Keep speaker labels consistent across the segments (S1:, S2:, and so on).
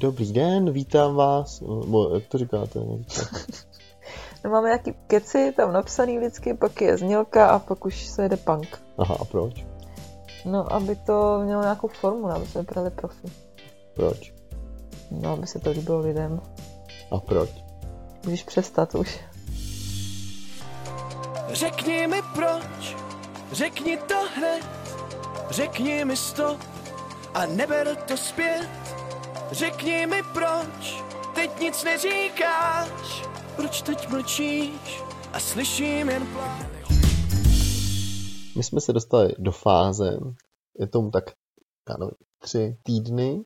S1: Dobrý den, vítám vás, nebo jak to říkáte? nevím.
S2: No máme nějaký keci tam napsaný vždycky, pak je znělka a pak už se jede punk.
S1: Aha, a proč?
S2: No, aby to mělo nějakou formu, no, aby jsme vypadali profi.
S1: Proč?
S2: No, aby se to líbilo lidem.
S1: A proč?
S2: Můžeš přestat už.
S3: Řekni mi proč, řekni to hned, řekni mi stop a neber to zpět. Řekni mi proč, teď nic neříkáš, proč teď mlčíš a slyším jen pláč.
S1: My jsme se dostali do fáze, je tomu tak, já nevím, tři týdny,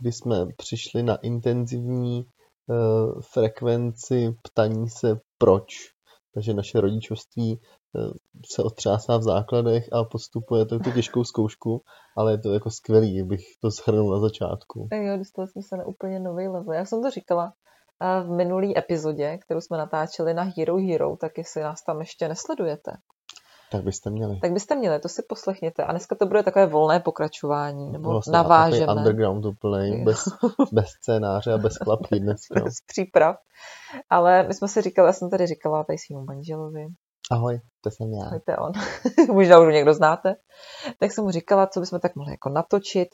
S1: kdy jsme přišli na intenzivní eh, frekvenci ptaní se proč. Takže naše rodičovství eh, se otřásá v základech a postupuje to tu těžkou zkoušku, ale je to jako skvělý, bych to shrnul na začátku.
S2: Tak jo, dostali jsme se na úplně nový level. Já jsem to říkala a v minulý epizodě, kterou jsme natáčeli na Hero Hero, tak jestli nás tam ještě nesledujete,
S1: Tak byste měli.
S2: tak byste měli, to si poslechněte. A dneska to bude takové volné pokračování, nebo vlastně
S1: takový
S2: navážeme.
S1: underground úplný,
S2: Jo.
S1: bez, bez scénáře a bez klapky dneska.
S2: z příprav. Ale my jsme si říkali, já jsem tady říkala tady svým manželovi,
S1: Ahoj, to jsem já.
S2: ale to je on, možná už ho někdo znáte, tak jsem mu říkala, co bychom tak mohli jako natočit.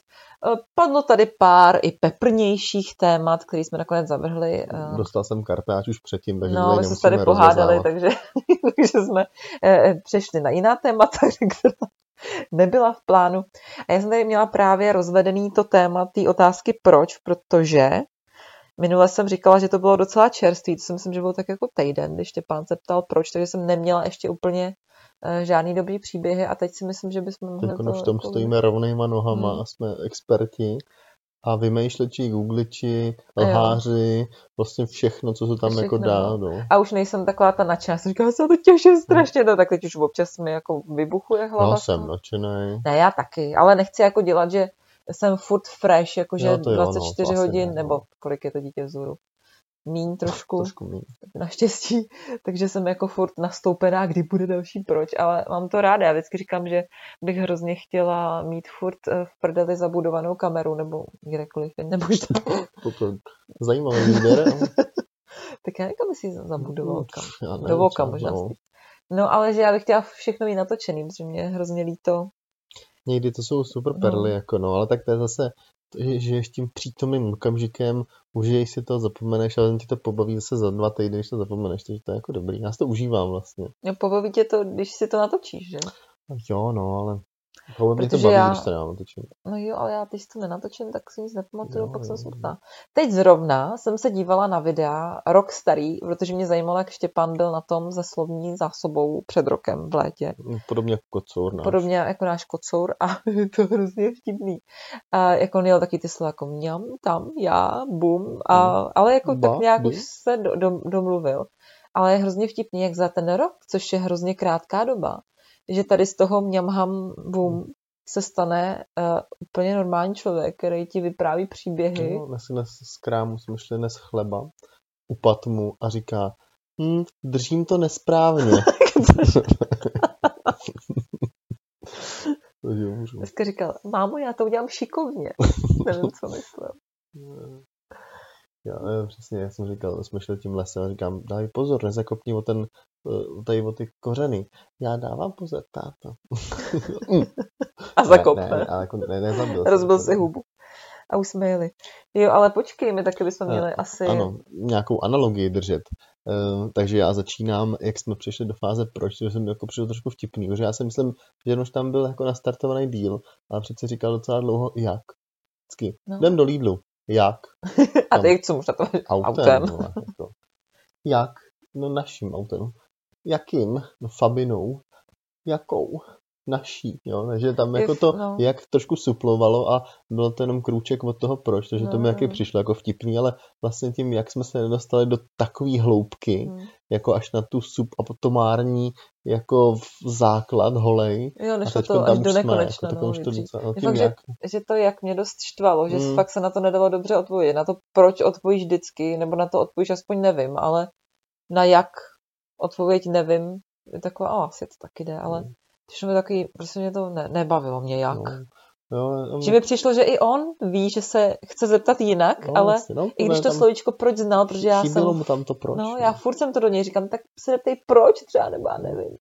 S2: Eh, Padlo tady pár i peprnějších témat, které jsme nakonec zavrhli. eh,
S1: Dostal jsem kartáč už předtím, takže
S2: No,
S1: tady
S2: my jsme se tady
S1: nemusíme
S2: pohádali,
S1: rozmazávat.
S2: takže, takže jsme eh, přešli na jiná témata, která nebyla v plánu. A já jsem tady měla právě rozvedený to téma té otázky proč, protože minule jsem říkala, že to bylo docela čerstvý, to si myslím, že bylo tak jako týden, když tě pán se ptal proč, takže jsem neměla ještě úplně eh, žádný dobrý příběhy a teď si myslím, že bychom mohli
S1: Teď už tom
S2: jako-
S1: stojíme rovnýma nohama
S2: Hmm.
S1: a jsme experti a vymýšleči, googliči,
S2: Jo.
S1: lháři, vlastně všechno, co se tam jako
S2: Všechno.
S1: dá. No.
S2: A už nejsem taková ta nadšená, jsem říkala, se na to těším strašně, no, tak teď už občas mi jako vybuchuje hlava.
S1: No,
S2: z toho.
S1: jsem nadšený.
S2: Ne, já taky, ale nechci jako dělat, že jsem furt fresh, jako jakože
S1: Jo, to jo, no, to
S2: 24
S1: asi
S2: hodin,
S1: ne, no.
S2: nebo kolik je to dítě vzhůru. Mín trošku,
S1: Trošku míň.
S2: naštěstí, takže jsem jako furt nastoupená, kdy bude další proč, ale mám to ráda. Já vždycky říkám, že bych hrozně chtěla mít furt eh, v prdeli zabudovanou kameru, nebo kdekoliv, nebo možná.
S1: Toto- Zajímavý výběr. ale-
S2: tak já nevím, si zabudoval kam.
S1: Já nevím,
S2: No, Do voka
S1: třeba,
S2: možná
S1: no.
S2: spíš. No ale že já bych chtěla všechno mít natočený, protože mě je hrozně líto.
S1: Někdy to jsou super
S2: No.
S1: perly, jako no, ale tak to je zase, že žiješ tím přítomným okamžikem, užiješ si to, zapomeneš, ale ti to pobaví zase za dva týdny, když to zapomeneš, takže to je jako dobrý. Já si to užívám vlastně.
S2: No, pobaví tě to, když si to natočíš, že?
S1: No Jo, no, ale hlavně mě to
S2: Protože
S1: baví,
S2: já-
S1: když to nemám točím.
S2: No jo, ale já teď to nenatočím, tak si nic nepamatuju,
S1: Jo,
S2: pak
S1: jo,
S2: jsem
S1: jo.
S2: smutná. Teď zrovna jsem se dívala na videa rok starý, protože mě zajímalo, jak Štěpán byl na tom ze slovní zásobou před rokem v létě.
S1: Podobně jako kocour, no.
S2: Podobně jako náš kocour a je to hrozně vtipný. A jak on jel taky ty slova jako mňam, tam, já, bum, a, ale jako
S1: No. Ba,
S2: tak nějak
S1: bu.
S2: už se do, do, domluvil. Ale je hrozně vtipný, jak za ten rok, což je hrozně krátká doba, že tady z toho mňamham, bum, se stane uh, úplně normální člověk, který ti vypráví příběhy.
S1: No, dnes, dnes z krámu jsme šli dnes chleba, upad mu a říká, hm, držím to nesprávně. Takže umřu.
S2: Dneska říkal, mámo, já to udělám šikovně. Nevím, co myslel.
S1: Já, eh, přesně, jak jsem říkal, jsme šli tím lesem a říkám, dávej pozor, nezakopni o ten, eh, tady o ty kořeny. Já dávám pozor, táto.
S2: A zakopne.
S1: Ne, ne, ale jako ne, nezabil. jsem
S2: Rozbil
S1: to.
S2: si hubu. A už jsme jeli. Jo, ale počkej, my taky bychom
S1: A-
S2: měli asi...
S1: Ano, nějakou analogii držet. Eh, takže já začínám, jak jsme přišli do fáze proč, to jsem jako přišel trošku vtipný, protože já si myslím, že jenom tam byl jako nastartovaný díl, ale přece říkal docela dlouho jak. Vždycky,
S2: No.
S1: jdem do Lidlu, jak?
S2: A
S1: tam.
S2: teď co možná to
S1: Autem.
S2: Autem.
S1: vole, jako. Jak? No naším autem. Jakým? No Fabinou. Jakou? naší, jo, takže tam
S2: Je
S1: jako
S2: v-
S1: to
S2: no.
S1: jak trošku suplovalo a bylo to jenom krůček od toho proč, takže to mi
S2: Mm.
S1: taky přišlo jako vtipný, ale vlastně tím, jak jsme se nedostali do takové hloubky,
S2: Mm.
S1: jako až na tu subatomární jako v- základ holej,
S2: Jo,
S1: a
S2: nešlo
S1: teď
S2: to
S1: tam
S2: až
S1: už
S2: do
S1: jsme,
S2: nekonečna.
S1: jako,
S2: no,
S1: no, už to
S2: Jitří.
S1: docela, no,
S2: Je
S1: tím
S2: fakt, že
S1: jak,
S2: že to jak mě dost štvalo, že
S1: Mm.
S2: fakt se na to nedalo dobře odpovědět. Na to, proč odpovíš vždycky, nebo na to odpovíš aspoň nevím, ale na jak odpověď nevím, je taková, a asi to taky jde, ale
S1: Mm.
S2: přišlo mi takový, prostě mě to ne, nebavilo mě jak.
S1: no, jo,
S2: Že mi přišlo, že i on ví, že se chce zeptat jinak, ale
S1: jasně, no,
S2: i když to
S1: tam
S2: slovíčko proč znal, protože já jsem...
S1: chybělo mu tam to proč.
S2: no, já furt jsem to do něj říkám, tak se neptej proč třeba, nebo já nevím.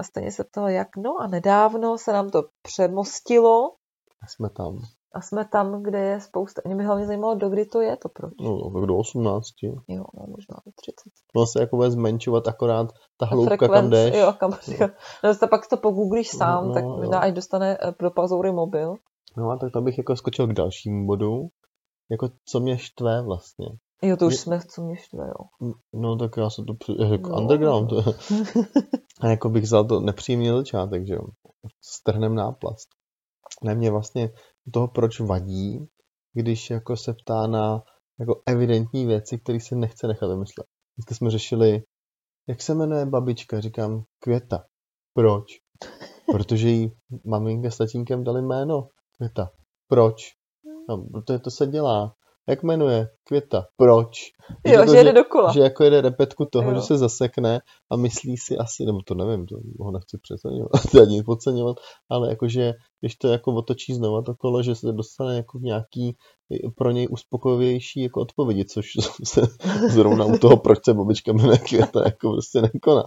S2: A stejně se toho jak, no a nedávno se nám to přemostilo
S1: Jsme tam,
S2: a jsme tam, kde je spousta, mě by hlavně zajímalo, do kdy to je to proč.
S1: no, tak do 18.
S2: Jo, no, možná do 30.
S1: No se jako bude zmenšovat akorát ta
S2: A
S1: hloubka, kam
S2: frekvenc-
S1: jdeš.
S2: Jo, kam no, to pak to pogooglíš
S1: No,
S2: sám, tak
S1: no,
S2: možná
S1: jo.
S2: až dostane eh, do pazoury mobil.
S1: No a tak tam bych jako skočil k dalšímu bodu. Jako co mě štve vlastně.
S2: Jo, to už
S1: Je-
S2: jsme, co mě štve, jo.
S1: No tak já se to při... jako
S2: No.
S1: underground. a jako bych vzal to nepříjemný začátek, že jo. Strhnem náplast. Ne mě vlastně toho proč vadí, když jako se ptá na jako evidentní věci, které se nechce nechat vymyslet. Dneska jsme řešili, jak se jmenuje babička, říkám Květa. Proč? Protože jí maminka s tatínkem dali jméno Květa. Proč? No, protože to se dělá. Jak jmenuje? Květa. Proč? Je
S2: Jo,
S1: to,
S2: že jede dokola.
S1: že jako jede repetku toho,
S2: Jo.
S1: že se zasekne a myslí si asi, nebo to nevím, to ho nechci přeceňovat, to ani podceňovat, ale jakože když to jako otočí znova to kolo, že se dostane jako k nějaký pro něj uspokojivější jako odpovědi, což se zrovna u toho, proč se babička jmenuje květa, jako prostě nekoná.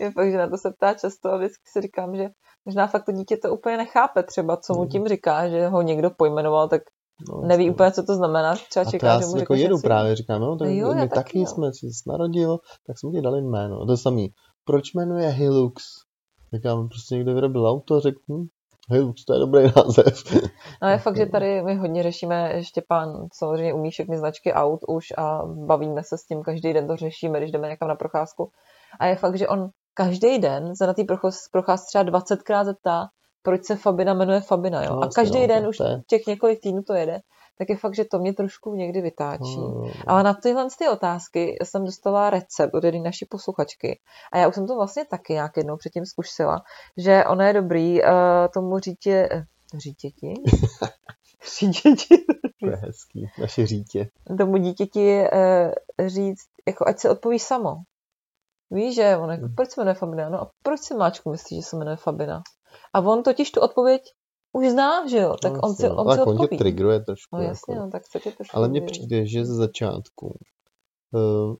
S2: Je fakt, že na to se ptá často a vždycky si říkám, že možná fakt to dítě to úplně nechápe třeba, co mu
S1: Mm.
S2: tím říká, že ho někdo pojmenoval, tak
S1: No,
S2: neví
S1: jasně.
S2: úplně, co to znamená, třeba
S1: A to
S2: čeká,
S1: já
S2: že mu
S1: si
S2: řekne,
S1: jako
S2: že
S1: jedu
S2: si-
S1: právě, říkám, no, tak
S2: No jo,
S1: jo,
S2: já
S1: my
S2: taky,
S1: taky
S2: no.
S1: jsme si narodil, tak jsem ti dali jméno. To samý, proč jmenuje Hilux? Říkám, prostě někdo vyrobil auto, řekl, hm, Hilux, to je dobrý název.
S2: No je fakt, že tady my hodně řešíme, Štěpán samozřejmě umí všechny značky aut už a bavíme se s tím, každý den to řešíme, když jdeme někam na procházku. A je fakt, že on každý den se na té prochaz- procházce třeba 20krát zeptá, proč se Fabina jmenuje Fabina, jo?
S1: No,
S2: A
S1: jasně,
S2: každý
S1: no,
S2: den
S1: to-
S2: už
S1: to je-
S2: těch několik týdnů to jede, tak je fakt, že to mě trošku někdy vytáčí.
S1: No,
S2: Ale na tyhle ty otázky jsem dostala recept od jedné naší posluchačky. A já už jsem to vlastně taky nějak jednou předtím zkusila, že ono je dobrý uh, tomu řítě... eh, Řítěti? řítěti.
S1: to je hezký, naše řítě.
S2: Tomu dítěti uh, říct, jako ať se odpoví samo. Víš, že on jako,
S1: Mm.
S2: proč se jmenuje Fabina? No a proč se Máčku myslí, že se jmenuje Fabina? A on totiž tu odpověď už zná, že jo? Tak
S1: No,
S2: on
S1: jasně,
S2: si,
S1: no.
S2: on si
S1: Tak on
S2: odpoví.
S1: tě trigruje trošku.
S2: No jasně,
S1: jako.
S2: no, tak se tě trošku
S1: Ale mně
S2: vyvíjí.
S1: přijde, že ze začátku uh,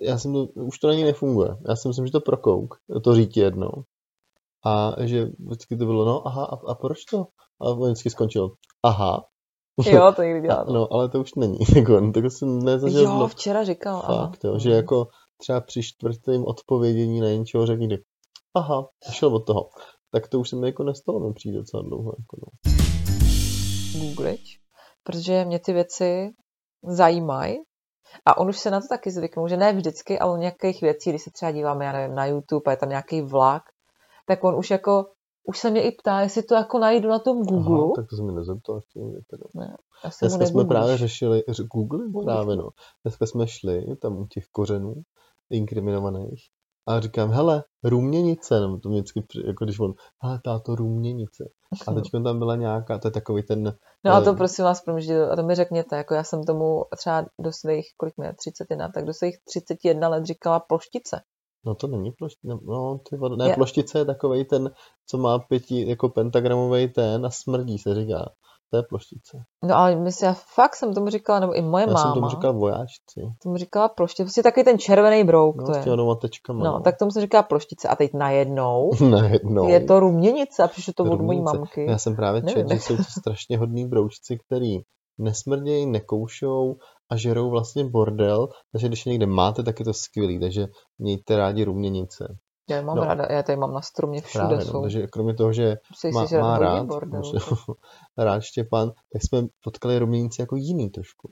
S1: já jsem to, už to na něj nefunguje. Já si myslím, že to prokouk, to říct jednou. A že vždycky to bylo, no aha, a, a proč to? A on vždycky skončil, aha.
S2: Jo, to někdy dělá.
S1: A, no, ale to už není. Jako, no, tak jsem nezažil
S2: Jo, no,
S1: dno.
S2: včera říkal. aha.
S1: Fakt, jo, že jako třeba při čtvrtém odpovědění na něčeho řekl někdy, aha, a šel od toho. Tak to už se mi jako nestalo, mi přijde docela dlouho. Jako, no.
S2: googlit, protože mě ty věci zajímají. A on už se na to taky zvyknul, že ne vždycky, ale u nějakých věcí, když se třeba díváme, já nevím, na YouTube a je tam nějaký vlak, tak on už jako, už se mě i ptá, jestli to jako najdu na tom
S1: Aha,
S2: Google.
S1: tak to se mi nezeptal ještě nikdy. Teda.
S2: Já se mu
S1: Dneska jsme
S2: negooglíš.
S1: právě řešili, ř- Google
S2: Google.
S1: právě no. Dneska jsme šli tam u těch kořenů inkriminovaných a říkám, hele, ruměnice, nebo to mě vždycky, při- jako když on, hele, táto ruměnice. A teď tam byla nějaká, to je takový ten,
S2: No a to
S1: eh,
S2: prosím vás, promždě, a to mi řekněte, jako já jsem tomu třeba do svých, kolik mi je, 31, tak do svých 31 let říkala ploštice.
S1: no to není ploštice, no ty vole, ne,
S2: Je-
S1: ploštice je takový ten, co má pěti, jako pentagramový ten a smrdí se říká. To je ploštice.
S2: No ale myslím, já fakt jsem tomu říkala, nebo i moje
S1: Já
S2: máma
S1: jsem tomu říkal vojáčci.
S2: tomu říkala ploštice, prostě takový ten červený brouk,
S1: No,
S2: to
S1: s
S2: je.
S1: těma dvěma tečkama.
S2: No, tak tomu se říká ploštice. A teď najednou
S1: Najednou.
S2: no. je to ruměnice a přišlo to od mojí
S1: Ruměnice.
S2: mamky.
S1: Já jsem právě četl,
S2: Nevím.
S1: že jsou to strašně hodní broučci, který nesmrdějí, nekoušou a žerou vlastně bordel, takže když je někde máte, tak je to skvělý, takže mějte rádi ruměnice.
S2: Já je mám
S1: no.
S2: no. ráda, já tady mám na stromě, všude
S1: Právě, no,
S2: jsou.
S1: takže kromě toho, že
S2: Musí
S1: má,
S2: si žrat
S1: má
S2: hodně
S1: rád, no,
S2: bordel.
S1: rád Štěpán, tak jsme potkali ruměnice jako jiný trošku.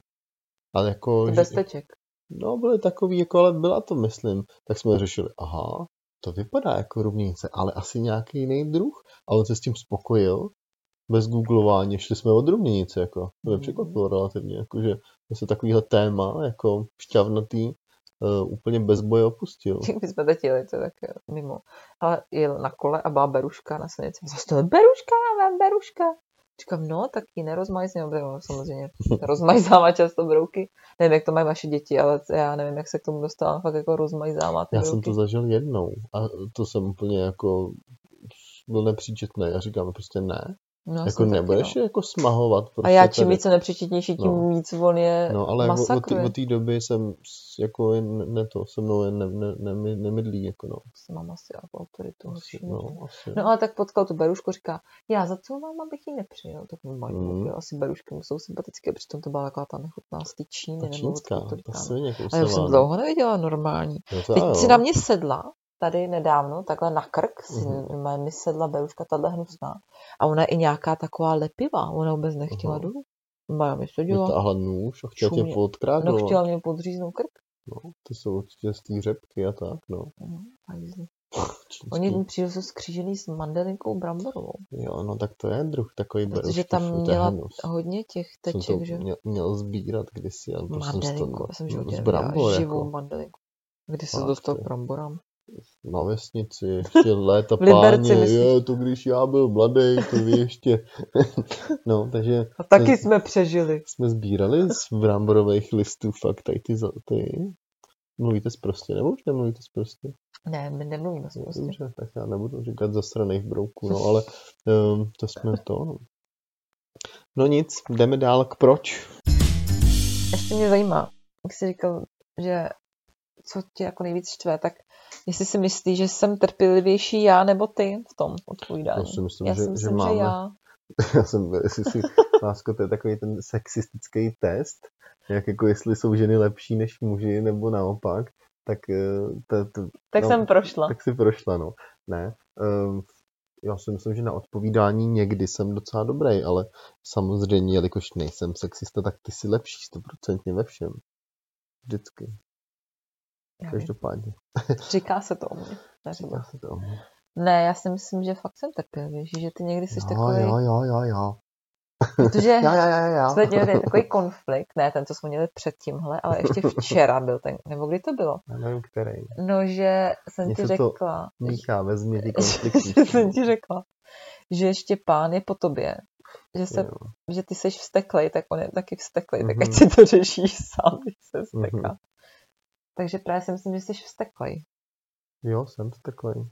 S1: Ale jako,
S2: Bez teček.
S1: no byly takový, jako, ale byla to, myslím, tak jsme řešili, aha, to vypadá jako rubnice, ale asi nějaký jiný druh. A on se s tím spokojil, bez googlování, šli jsme od rubnice, jako. To
S2: Mhm.
S1: mě překvapilo relativně, jakože se takovýhle téma, jako šťavnatý, uh, úplně bez boje opustil.
S2: My jsme teď jeli, to je tak mimo. Ale jel na kole a byla beruška na silnici. Zase to je beruška, mám beruška. Říkám, no, tak ji nerozmajzneme, protože ono samozřejmě rozmajzává často brouky. Nevím, jak to mají vaše děti, ale já nevím, jak se k tomu dostala, fakt jako rozmajzává ty
S1: Já
S2: brouky.
S1: jsem to zažil jednou a to jsem úplně jako byl nepříčetný. Já říkám, prostě ne.
S2: no, já
S1: jako
S2: jsem taky,
S1: nebudeš
S2: no.
S1: je jako smahovat. Prostě
S2: A já čím
S1: tady.
S2: více nepřečetnější, tím
S1: No.
S2: víc on je
S1: No, ale jako od,
S2: Eh, masakruje.
S1: té- od té doby jsem s- jako jen, ne to, se mnou jen ne, ne, ne, nemydlí, jako no.
S2: Mám asi jako autoritu.
S1: Asi,
S2: určitě.
S1: no, asi.
S2: No ale tak potkal tu Berušku, říká, já za co vám, abych ji nepřijel? Tak mu mají,
S1: Mm.
S2: mm. asi Berušky mu jsou sympatické, přitom to byla taková ta nechutná z té Číny.
S1: ta
S2: nebo
S1: čínská,
S2: odkud
S1: ta
S2: to říká, no.
S1: svině
S2: A já už jsem
S1: kousavá.
S2: dlouho neviděla normální.
S1: No to
S2: Teď
S1: ano.
S2: si na mě sedla, tady nedávno, takhle na krk, si
S1: Mhm.
S2: mi sedla Beruška, tahle hnusná. A ona je i nějaká taková lepivá, ona vůbec nechtěla
S1: Aha. No
S2: dolů. Má mi seděla,
S1: Vytáhla nůž a chtěla tě
S2: Šumě. no
S1: podkrádovat.
S2: chtěla mě podříznout krk.
S1: No, ty jsou určitě z té řepky a tak, no.
S2: No, hajzli.
S1: Čínský.
S2: Oni mi přijde, jsou skřížený s mandelinkou bramborovou,
S1: Jo, no tak to je druh takový
S2: protože
S1: berušky,
S2: tam
S1: furt, to je
S2: měla
S1: hnus.
S2: hodně těch
S1: jsem to
S2: teček, že?
S1: měl, měl sbírat kdysi. A prostě jsem si to
S2: Mandelinku, já jsem v životě
S1: z
S2: neviděla
S1: brambor,
S2: živou
S1: jako,
S2: mandelinku. Kdy se
S1: Fakt,
S2: dostal
S1: jo.
S2: k bramborám?
S1: na vesnici, ještě léta
S2: V Liberci,
S1: páně,
S2: myslíš?
S1: je, to když já byl mladý, to vy ještě. no, takže
S2: A taky jsme přežili.
S1: jsme sbírali z bramborových listů fakt tady ty, za- ty Mluvíte prostě, nebo už nemluvíte prostě?
S2: Ne, my nemluvíme s prostě.
S1: Dobře, tak já nebudu říkat zasraných brouků, no ale um, to jsme to. No. no nic, jdeme dál k proč.
S2: Ještě mě zajímá, jak jsi říkal, že co tě jako nejvíc štve, tak jestli si myslíš, že jsem trpělivější já nebo ty v tom odpovídání.
S1: Já si myslím,
S2: já
S1: že,
S2: si myslím, že,
S1: máme
S2: já.
S1: Já jsem, jestli si, lásko, to je takový ten sexistický test, jak jako jestli jsou ženy lepší než muži, nebo naopak, tak, eh, to, to,
S2: Tak
S1: No,
S2: jsem prošla.
S1: tak si prošla, no. Ne, ehm, já si myslím, že na odpovídání někdy jsem docela dobrý, ale samozřejmě, jelikož nejsem sexista, tak ty jsi lepší stoprocentně ve všem. Vždycky,
S2: Já vím.
S1: každopádně.
S2: Říká se to o mně. neříkám.
S1: Říká se to no. o mně.
S2: Ne, já si myslím, že fakt jsem trpělivější, že ty někdy jsi Eh,
S1: Jo,
S2: takový,
S1: jo, jo, jo, jo.
S2: protože
S1: Jo, jo, jo, jo.
S2: jsme měli takový konflikt, ne ten, co jsme měli před tímhle, ale ještě včera byl ten, nebo kdy to bylo?
S1: Já nevím, který.
S2: No, že jsem
S1: Mně
S2: ti
S1: se to-
S2: řekla,
S1: Míchá, vezmi ty
S2: že jsem
S1: konflikty.
S2: ti řekla, že ještě pán je po tobě, že, se,
S1: Jo.
S2: že ty seš vsteklej, tak on je taky vsteklej, tak ať si
S1: Mhm.
S2: to řeší sám, když se vsteká.
S1: Mhm.
S2: Takže právě si myslím, že jsi vsteklej.
S1: Jo, jsem takový.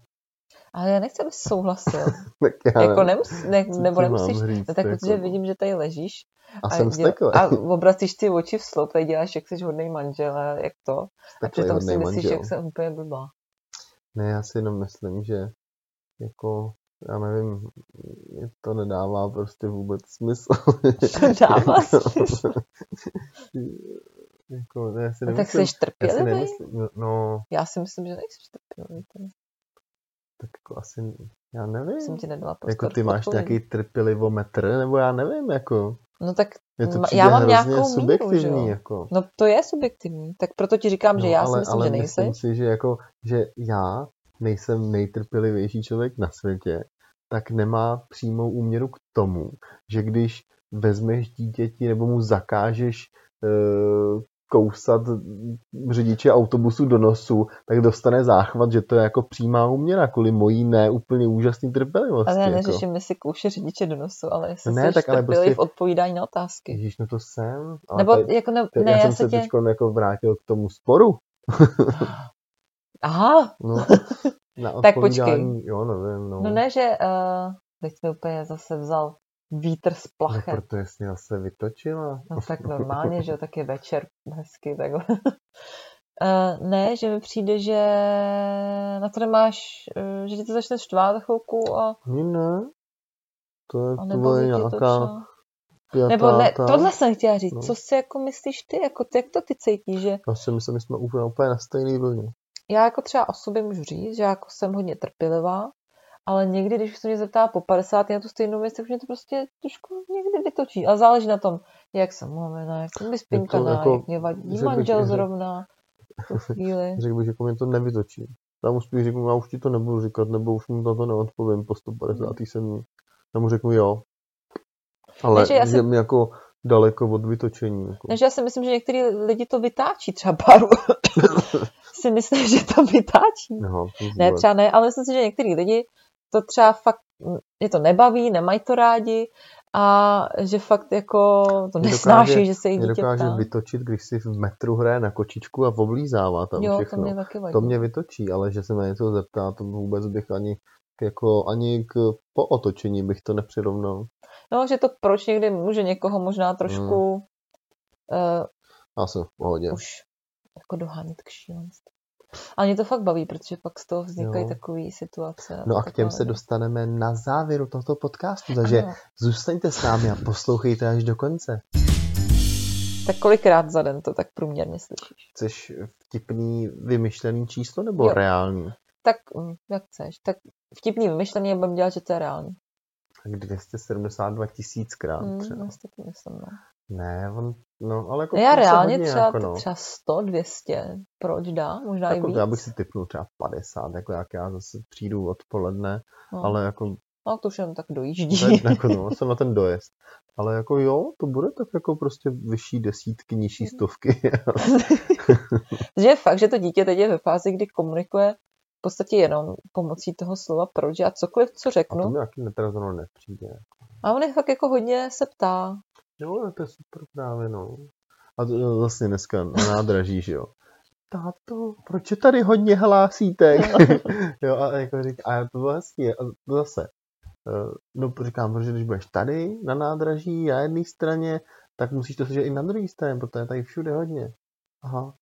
S2: Ale já nechci, abys souhlasil.
S1: Tak já
S2: jako
S1: nevím,
S2: nemus, ne,
S1: co
S2: nebo
S1: ti mám
S2: nemusíš.
S1: říct,
S2: No, tak
S1: jako.
S2: protože vidím, že tady ležíš
S1: A, jsem
S2: děl-
S1: vsteklý.
S2: a obracíš ty oči v slop, tady děláš, jak jsi hodnej manžel a jak to. A přitom si myslíš, jak jsem úplně blbá.
S1: Ne, já si jenom myslím, že jako, já nevím, mě to nedává prostě vůbec smysl.
S2: Dává smysl.
S1: jako, ne, já si
S2: No, tak
S1: nemyslím,
S2: jsi
S1: já si
S2: trpělivý?
S1: nemyslím, no, no,
S2: Já si myslím, že nejsi trpělivý. teda.
S1: tak jako asi, já nevím.
S2: Jsem ti nedala prostor.
S1: Jako
S2: k
S1: ty máš
S2: odpovědi.
S1: nějaký trpělivometr, nebo já nevím, jako.
S2: No tak
S1: Je to
S2: Ma- já
S1: přijde
S2: mám
S1: hrozně
S2: nějakou míru, že
S1: subjektivní,
S2: jo?
S1: jako.
S2: No to je subjektivní, tak proto ti říkám, že já si
S1: No, ale,
S2: myslím,
S1: ale
S2: že nejsi.
S1: myslím si, že jako, že já nejsem nejtrpělivější člověk na světě, tak nemá přímou úměru k tomu, že když vezmeš dítěti nebo mu zakážeš eh, kousat řidiče autobusu do nosu, tak dostane záchvat, že to je jako přímá úměra kvůli mojí ne úplně úžasný trpělivosti.
S2: Ale já
S1: jako.
S2: neřeším, jestli kouše řidiče do nosu, ale jestli
S1: Ne,
S2: ne,
S1: tak ale
S2: prostě... v
S1: prostě-
S2: odpovídání na otázky.
S1: Ježíš, no to jsem. Ale
S2: Nebo
S1: tady,
S2: jako ne,
S1: tady,
S2: ne
S1: já
S2: já
S1: jsem
S2: se
S1: se
S2: tě...
S1: teď jako vrátil k tomu sporu.
S2: Aha,
S1: No, na
S2: Tak počkej.
S1: odpovídání, Jo, nevím, no.
S2: no ne, že uh, teď mi úplně zase vzal vítr z
S1: No,
S2: plachet.
S1: protože jsi mě zase vytočila.
S2: No tak normálně, že jo, tak je večer hezky takhle. Uh, ne, že mi přijde, že na to nemáš, uh, že ti to začne štvát za chvilku a,
S1: Ne, ne. To je
S2: a
S1: to
S2: nebo
S1: byla
S2: ti to
S1: nějaká
S2: třeba...
S1: pětá,
S2: Nebo ne,
S1: ta-
S2: tohle jsem chtěla říct.
S1: No.
S2: Co si jako myslíš ty? Jako ty, jak to ty cítíš? Že
S1: Já si myslím, že jsme úplně, úplně na stejný vlně.
S2: já jako třeba o sobě můžu říct, že já jako jsem hodně trpělivá, ale někdy, když se mě zeptá po 50 na tu stejnou věc, tak už mě to prostě trošku někdy vytočí. A záleží na tom, jak jsem mluvená, jak jsem vyspinkaná,
S1: jako-
S2: jak mě vadí
S1: že bych-
S2: manžel
S1: že-
S2: zrovna. v tu chvíli.
S1: Řekl bych, že jako mě to nevytočí. Tam mu spíš řeknu, já už ti to nebudu říkat, nebo už mu na to neodpovím po 150. sedmí. Já mu řeknu jo. Ale
S2: Hmm. Takže já
S1: že
S2: si-
S1: mi jako daleko od vytočení. Jako.
S2: No. Takže já si myslím, že některý lidi to vytáčí, třeba paru si myslím, že to vytáčí.
S1: Aha, to
S2: Ne,
S1: No, vůbec.
S2: třeba ne, ale myslím si, že některý lidi to třeba fakt, mm, je to nebaví, nemají to rádi a že fakt jako to
S1: Mě
S2: nesnáší,
S1: dokáže-
S2: že se jich
S1: Mě
S2: dítě
S1: dokáže
S2: ptá.
S1: vytočit, když si v metru hraje na kočičku a oblízává tam
S2: Jo, to
S1: všechno.
S2: mě taky vadí.
S1: no. to mě vytočí, ale že se na něco zeptá, to vůbec bych ani k- jako ani k po otočení bych to nepřirovnal.
S2: No, že to proč někdy může někoho možná trošku
S1: Hmm.
S2: eh,
S1: Já jsem v pohodě.
S2: už jako dohánět k šílenství. Ale mě to fakt baví, protože pak z toho vznikají
S1: Jo.
S2: takové situace.
S1: No a k těm
S2: takové.
S1: se dostaneme na závěru tohoto podcastu, takže
S2: Ano.
S1: zůstaňte s námi a poslouchejte až do konce.
S2: Tak kolikrát za den to tak průměrně slyšíš?
S1: Chceš vtipný vymyšlený číslo nebo
S2: Jo.
S1: reální?
S2: Tak, hm, jak chceš. Tak vtipný vymyšlení, já budem dělat, že to je reálný.
S1: Tak 272 tisíckrát
S2: Hm,
S1: třeba.
S2: já si taky myslím, no.
S1: Ne, on, no ale jako
S2: No já
S1: to se
S2: reálně
S1: hodně
S2: třeba,
S1: jako, no.
S2: třeba 100, 200, proč dá, možná i
S1: Jako,
S2: víc.
S1: já bych si typnul třeba 50, jako jak já zase přijdu odpoledne,
S2: no.
S1: ale jako,
S2: no, to už jenom tak
S1: to
S2: dojíždí.
S1: je- jako no, jsem na ten dojezd. Ale jako jo, to bude tak jako prostě vyšší desítky, nižší stovky.
S2: že je fakt, že to dítě teď je ve fázi, kdy komunikuje v podstatě jenom pomocí toho slova proč a cokoliv, co
S1: A to
S2: řeknu.
S1: mi jaký teda zrovna nepřijde.
S2: A on je fakt jako hodně se ptá.
S1: Jo, ale to je super právě, no. A to no, vlastně dneska na nádraží, že jo. Táto, proč je tady hodně hlásítek? jo, a jako řík, a to vlastně, a to zase. eh, No, říkám, protože když budeš tady na nádraží na jedné straně, tak musíš to slyšet i na druhé straně, protože je tady všude hodně. Aha.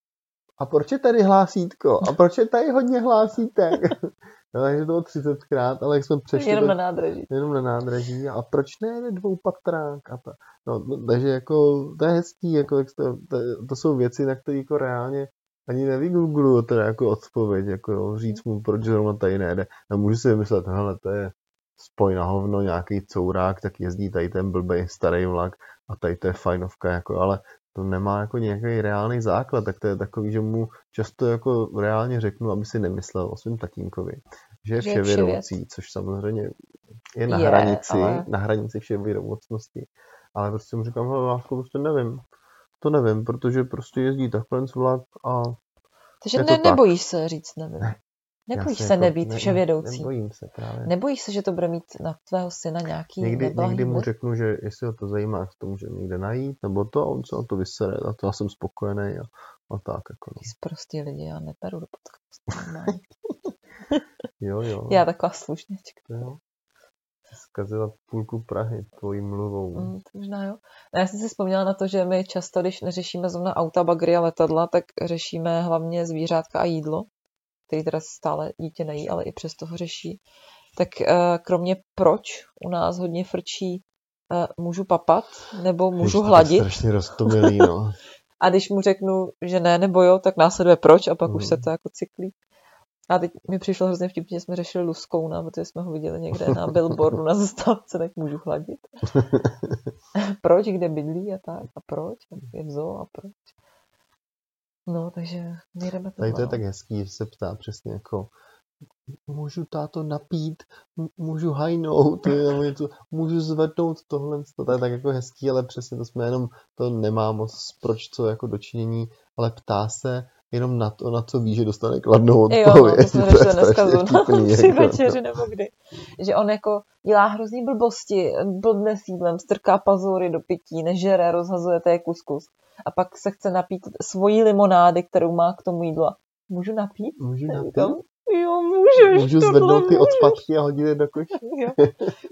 S1: A proč je tady hlásítko? A proč je tady hodně hlásítek? no, takže to bylo 30krát, ale jak jsme přešli
S2: jenom
S1: do
S2: na nádraží.
S1: jenom na nádraží a proč ne dvoupatrák a ta, no, no, takže jako to je hezký, jako jak to, to, to jsou věci, na které jako reálně ani nevygoogluju teda jako odpověď, jako jo, říct mu, proč zrovna tady nejde. A můžu si vymyslet, hele, to je spoj na hovno, nějaký courák, tak jezdí tady ten blbej starý vlak a tady to je fajnovka, jako, ale to nemá jako nějaký reálný základ, tak to je takový, že mu často jako reálně řeknu, aby si nemyslel o svém tatínkovi, že je
S2: Že je
S1: vševědoucí, což samozřejmě je na
S2: Je,
S1: hranici,
S2: ale-
S1: na hranici vševědomocnosti. Ale prostě mu říkám, hele, lásku, prostě nevím. To nevím, protože prostě jezdí takhle vlak a
S2: Takže
S1: Je
S2: ne,
S1: to tak.
S2: nebojíš se říct nevím.
S1: Ne. já
S2: Nebojíš se,
S1: jako
S2: nebýt
S1: ne-
S2: vševědoucí.
S1: Nebojím se právě.
S2: Nebojíš se, že to bude mít na tvého syna nějaký
S1: Někdy,
S2: neblahý
S1: někdy mu
S2: vliv?
S1: řeknu, že jestli ho to zajímá, jak to může někde najít, nebo to, a on se na to vysere, a to já jsem spokojený a, a tak. Jako no.
S2: Ty sprostý lidi, já neberu do podcastu. normálně.
S1: Jo, jo.
S2: já taková slušněčka.
S1: To jo. Jsi zkazila půlku Prahy tvojí mluvou.
S2: Mm, to možná jo. No, já jsem si vzpomněla na to, že my často, když neřešíme zrovna auta, bagry a letadla, tak řešíme hlavně zvířátka a jídlo, který teda stále dítě nejí, ale i přesto ho řeší. Tak eh, kromě proč u nás hodně frčí eh, můžu papat nebo
S1: Ježiš, to
S2: můžu
S1: je
S2: hladit.
S1: strašně roztomilý, no.
S2: A když mu řeknu, že ne nebo jo, tak následuje proč a pak už se
S1: Mhm.
S2: to jako cyklí. A teď mi přišlo hrozně vtipně, že jsme řešili Luskouna, protože jsme ho viděli někde na billboardu na zastávce, tak můžu chladit. proč, kde bydlí a tak, a proč, a je v zoo a proč. No, takže my jdeme
S1: Tady to je
S2: no.
S1: tak hezký, že se ptá přesně jako můžu táto napít, M- můžu hajnout, nebo něco, můžu zvednout tohle, to to je tak jako hezký, ale přesně to jsme jenom, to nemá moc proč co jako dočinění, ale ptá se jenom na to, na co ví, že dostane kladnou odpověď.
S2: Jo, no, to jsme
S1: je
S2: řešili dneska
S1: strašně
S2: zrovna
S1: vtipný,
S2: při
S1: jako.
S2: večeři nebo kdy. Že on jako dělá hrozný blbosti, blbne s jídlem, strká pazury do pití, nežere, rozhazuje té kuskus. A pak se chce napít svojí limonády, kterou má k tomu jídlu. A Můžu napít?
S1: Můžu
S2: Říkám,
S1: napít?
S2: Jo, můžeš.
S1: Můžu
S2: tohle
S1: zvednout ty
S2: můžeš."
S1: odpadky a hodit je do koše?
S2: Jo.